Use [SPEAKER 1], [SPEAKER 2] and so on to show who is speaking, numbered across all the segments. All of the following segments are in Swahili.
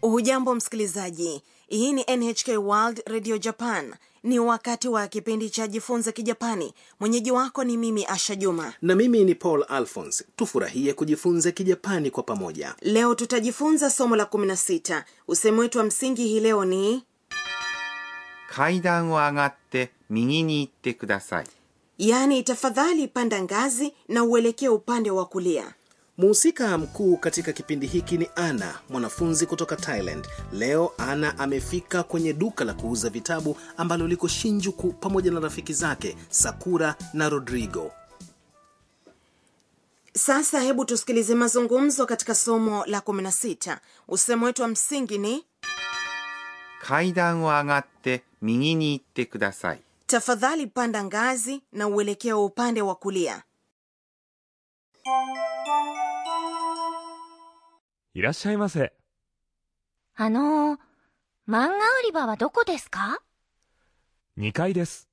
[SPEAKER 1] hujambo msikilizaji hii ni nhk world radio japan ni wakati wa kipindi cha jifunza kijapani mwenyeji wako ni mimi asha juma
[SPEAKER 2] na mimi ni paul alphons tufurahie kujifunza kijapani kwa pamoja
[SPEAKER 1] leo tutajifunza somo la 16 usemi wetu wa msingi hii leo ni
[SPEAKER 3] 階段を上がって右に行ってください
[SPEAKER 1] yaani tafadhali panda ngazi na uelekee upande wa kulia
[SPEAKER 2] muhusika mkuu katika kipindi hiki ni ana mwanafunzi kutoka thailand leo ana amefika kwenye duka la kuuza vitabu ambalo liko shinjuku pamoja na rafiki zake sakura na rodrigo
[SPEAKER 1] sasa hebu tusikilize mazungumzo katika somo la 16 usemo wetu wa msingi ni
[SPEAKER 3] 階段を上がって右に行ってください
[SPEAKER 1] tafadhali panda ngazi na uelekea upande wa kulia
[SPEAKER 4] いらっしゃいませ。
[SPEAKER 5] あのー、漫画売り場はどこですか
[SPEAKER 4] 2階です。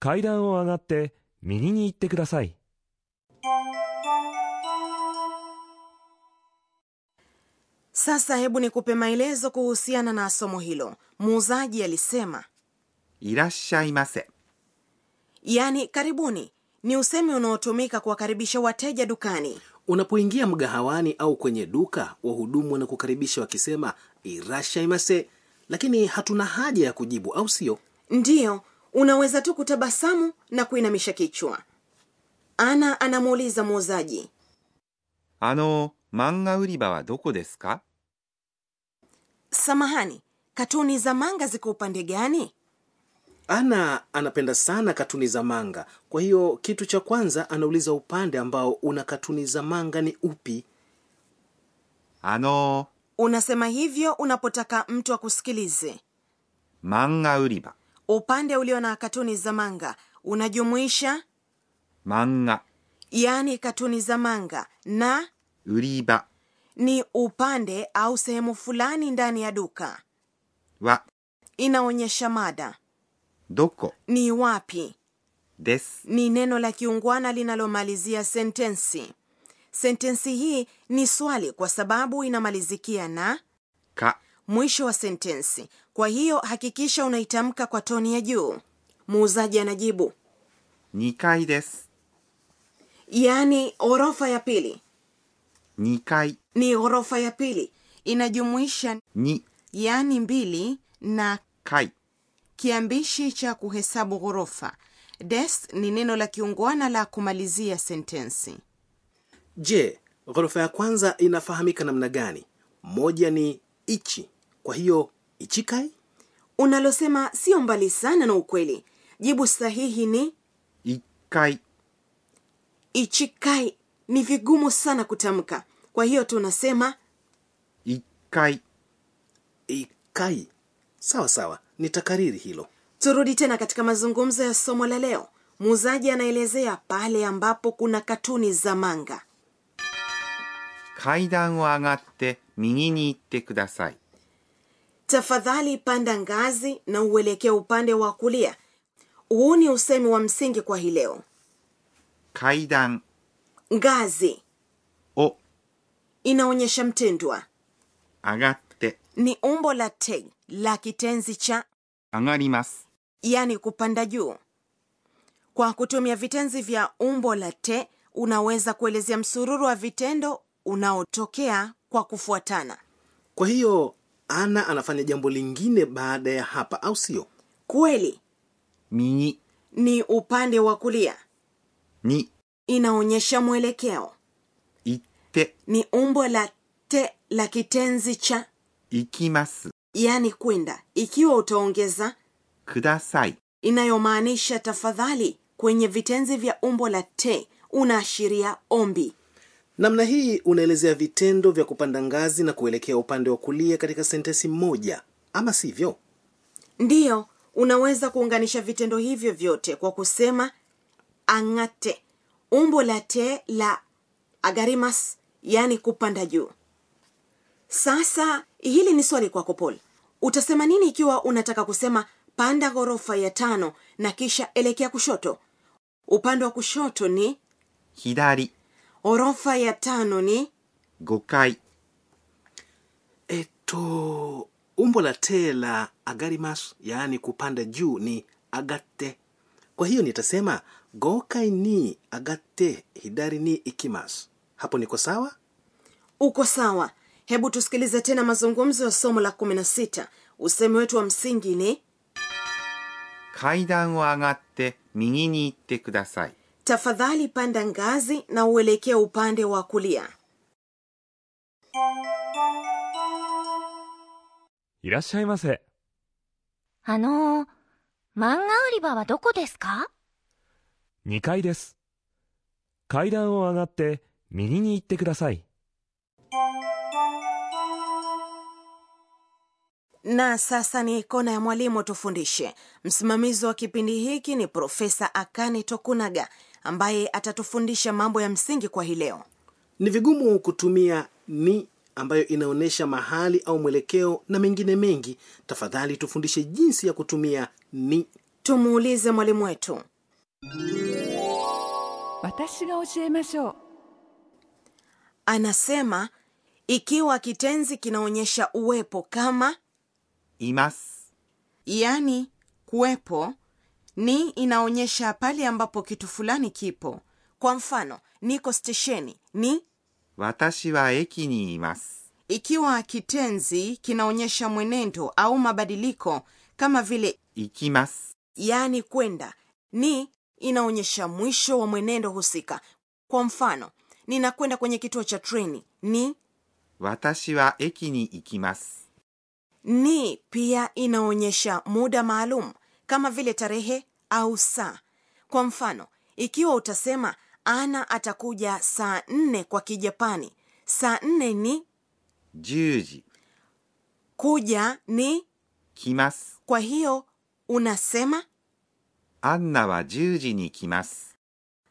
[SPEAKER 4] 階段を上がって右に行ってください。
[SPEAKER 1] sasa hebu nikupe maelezo kuhusiana na somo hilo muuzaji alisema
[SPEAKER 3] いらっしゃいませ
[SPEAKER 1] yaani karibuni ni usemi unaotumika kuwakaribisha wateja dukani
[SPEAKER 2] unapoingia mgahawani au kwenye duka wahudumu wanakukaribisha wakisema irashaimase lakini hatuna haja ya kujibu au sio
[SPEAKER 1] ndiyo unaweza tu kutabasamu na kuinamisha kichwa ana anamuuliza muuzaji
[SPEAKER 3] あの漫画売り場はどこですか
[SPEAKER 1] samahani katuni za manga ziko upande gani
[SPEAKER 2] ana anapenda sana katuni za manga kwa hiyo kitu cha kwanza anauliza upande ambao una katuni za manga ni upi
[SPEAKER 3] あの
[SPEAKER 1] unasema hivyo unapotaka mtu akusikilize
[SPEAKER 3] 漫画売り場
[SPEAKER 1] upande ulio na katuni za manga unajumuisha
[SPEAKER 3] 漫画
[SPEAKER 1] yaani katuni za manga na
[SPEAKER 3] 売り場
[SPEAKER 1] ni upande au sehemu fulani ndani ya duka
[SPEAKER 3] は
[SPEAKER 1] inaonyesha mada
[SPEAKER 3] どこ
[SPEAKER 1] ni wapi
[SPEAKER 3] です。
[SPEAKER 1] ni neno la kiungwana linalomalizia sentensi sentensi hii ni swali kwa sababu inamalizikia na
[SPEAKER 3] か
[SPEAKER 1] mwisho wa sentensi kwa hiyo hakikisha unaitamka kwa toni ya juu muuzaji anajibu
[SPEAKER 3] 2階です。
[SPEAKER 1] yaani ghorofa ya pili
[SPEAKER 3] 2階
[SPEAKER 1] ni ghorofa ya pili inajumuisha
[SPEAKER 3] 2
[SPEAKER 1] yaani mbili na
[SPEAKER 3] 階
[SPEAKER 1] kiambishi cha kuhesabu ghorofa des ni neno la kiungwana la kumalizia sentensi
[SPEAKER 2] je ghorofa ya kwanza inafahamika namna gani moja ni ichi kwa hiyo ichikai
[SPEAKER 1] unalosema sio mbali sana na ukweli jibu sahihi ni
[SPEAKER 3] 1階
[SPEAKER 1] ichikai ni vigumu sana kutamka kwa hiyo tunasema
[SPEAKER 3] 1階
[SPEAKER 2] ikai sawa sawa nitakariri hilo
[SPEAKER 1] turudi tena katika mazungumzo ya somo la leo muuzaji anaelezea pale ambapo kuna katuni za manga
[SPEAKER 3] 階段を上がって右に行ってください。
[SPEAKER 1] tafadhali panda ngazi na uelekee upande wa kulia huu ni usemi wa msingi kwa hii leo
[SPEAKER 3] 階段
[SPEAKER 1] ngazi
[SPEAKER 3] を
[SPEAKER 1] inaonyesha mtendwa
[SPEAKER 3] 上がって
[SPEAKER 1] ni umbo la teg la kitenzi cha
[SPEAKER 3] 上がります。
[SPEAKER 1] yani kupanda juu kwa kutumia vitenzi vya umbo la te unaweza kuelezea msururu wa vitendo unaotokea kwa kufuatana
[SPEAKER 2] kwa hiyo ana anafanya jambo lingine baada ya hapa au sio
[SPEAKER 1] kweli
[SPEAKER 3] 右
[SPEAKER 1] ni upande wa kulia
[SPEAKER 3] に
[SPEAKER 1] inaonyesha mwelekeo
[SPEAKER 3] 行って
[SPEAKER 1] ni umbo la te la kitenzi cha
[SPEAKER 3] 行きます。
[SPEAKER 1] yani kwenda ikiwa utaongeza
[SPEAKER 3] ください。
[SPEAKER 1] inayomaanisha tafadhali kwenye vitenzi vya umbo la te unaashiria ombi
[SPEAKER 2] namna hii unaelezea vitendo vya kupanda ngazi na kuelekea upande wa kulia katika sentensi moja ama sivyo
[SPEAKER 1] ndiyo unaweza kuunganisha vitendo hivyo vyote kwa kusema angate umbo la te la agarimas yani kupanda juu sasa hili ni swali kwako paul utasema nini ikiwa unataka kusema panda ghorofa ya tano na kisha elekea kushoto upande wa kushoto ni
[SPEAKER 3] 左
[SPEAKER 1] ghorofa ya tano ni
[SPEAKER 3] 5階
[SPEAKER 2] e, to umbo la te la agarimas yaani kupanda juu ni agatte kwa hiyo nitasema gokai ni agatte hidari ni ikimas hapo niko sawa
[SPEAKER 1] uko sawa hebu tusikilize tena mazungumzo ya somo la 16 usemi wetu wa msingi ni
[SPEAKER 3] 階段を上がって右に行ってください
[SPEAKER 1] tafadhali panda ngazi na uelekee upande wa kulia
[SPEAKER 4] いらっしゃいませ。
[SPEAKER 5] あの漫画売り場はどこですか
[SPEAKER 4] 2階です。階段を上がって右に行ってください。
[SPEAKER 1] na sasa ni kona ya mwalimu tufundishe msimamizi wa kipindi hiki ni profesa akane tokunaga ambaye atatufundisha mambo ya msingi kwa hii leo
[SPEAKER 2] ni vigumu kutumia ni ambayo inaonyesha mahali au mwelekeo na mengine mengi tafadhali tufundishe jinsi ya kutumia ni
[SPEAKER 1] tumuulize mwalimu wetu
[SPEAKER 6] 私が教えましょう
[SPEAKER 1] anasema ikiwa kitenzi kinaonyesha uwepo kama
[SPEAKER 3] います。
[SPEAKER 1] yaani kuwepo ni inaonyesha pale ambapo kitu fulani kipo kwa mfano niko stesheni ni
[SPEAKER 3] 私は駅にいます。
[SPEAKER 1] ikiwa kitenzi kinaonyesha mwenendo au mabadiliko kama vile
[SPEAKER 3] 行きます。
[SPEAKER 1] yaani kwenda ni inaonyesha mwisho wa mwenendo husika kwa mfano ninakwenda kwenye kituo cha treni ni
[SPEAKER 3] 私は駅に行きます。
[SPEAKER 1] ni pia inaonyesha muda maalum kama vile tarehe au saa kwa mfano ikiwa utasema ana atakuja saa nne kwa kijapani saa nne ni
[SPEAKER 3] 10時、
[SPEAKER 1] kuja ni
[SPEAKER 3] 来ます。
[SPEAKER 1] kwa hiyo unasema
[SPEAKER 3] アンナは10時に来ます。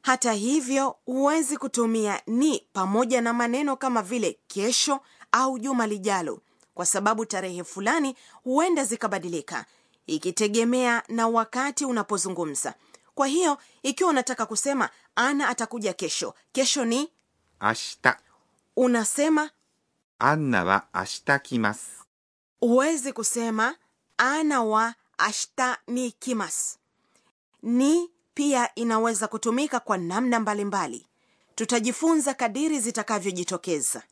[SPEAKER 1] hata hivyo huwezi kutumia ni pamoja na maneno kama vile kesho au juma lijalo kwa sababu tarehe fulani huenda zikabadilika ikitegemea na wakati unapozungumza kwa hiyo ikiwa unataka kusema ana atakuja kesho kesho ni
[SPEAKER 3] 明日、
[SPEAKER 1] unasema
[SPEAKER 3] アンナは明日来ます。
[SPEAKER 1] huwezi kusema ana wa ashta ni kimas ni pia inaweza kutumika kwa namna mbalimbali tutajifunza kadiri zitakavyojitokeza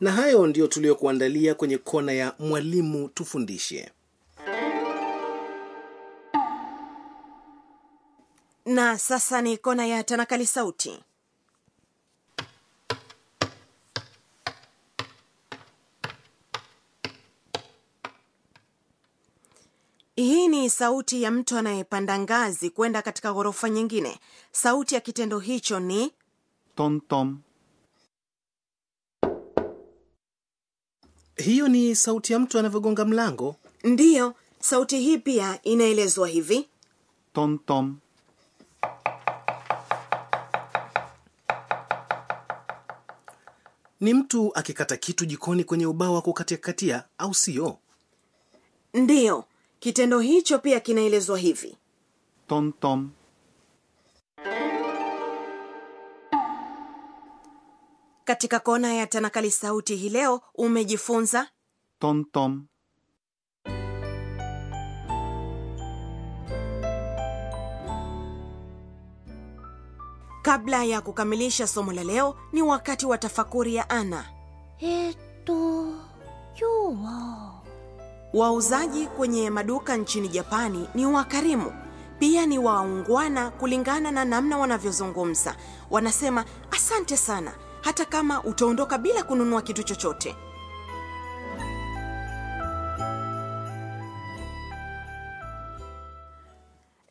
[SPEAKER 2] na hayo ndiyo tuliyokuandalia kwenye kona ya mwalimu tufundishe
[SPEAKER 1] na sasa ni kona ya tanakali sauti hii ni sauti ya mtu anayepanda ngazi kwenda katika ghorofa nyingine sauti ya kitendo hicho ni
[SPEAKER 3] トントン、
[SPEAKER 2] hiyo ni sauti ya mtu anavyogonga mlango
[SPEAKER 1] ndiyo sauti hii pia inaelezwa hivi
[SPEAKER 3] トントン、
[SPEAKER 2] ni mtu akikata kitu jikoni kwenye ubao wa kukatiakatia au sio
[SPEAKER 1] ndiyo kitendo hicho pia kinaelezwa hivi
[SPEAKER 3] トントン、
[SPEAKER 1] katika kona ya tanakali sauti hii leo umejifunza
[SPEAKER 3] トントン。
[SPEAKER 1] kabla ya kukamilisha somo la leo ni wakati wa tafakuri ya ana
[SPEAKER 5] えーっと今日は
[SPEAKER 1] wauzaji kwenye maduka nchini japani ni wakarimu pia ni waungwana kulingana na namna wanavyozungumza wanasema asante sana hata kama utaondoka bila kununua kitu chochote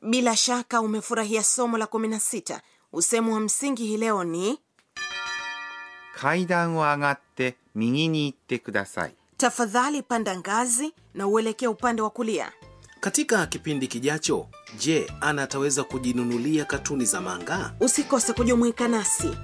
[SPEAKER 1] bila shaka umefurahia somo la 16 usemu wa msingi hii leo ni
[SPEAKER 3] 階段を上がって右に行ってください。
[SPEAKER 1] tafadhali panda ngazi na uelekee upande wa kulia
[SPEAKER 2] katika kipindi kijacho je ana ataweza kujinunulia katuni za manga
[SPEAKER 1] usikose kujumuika nasi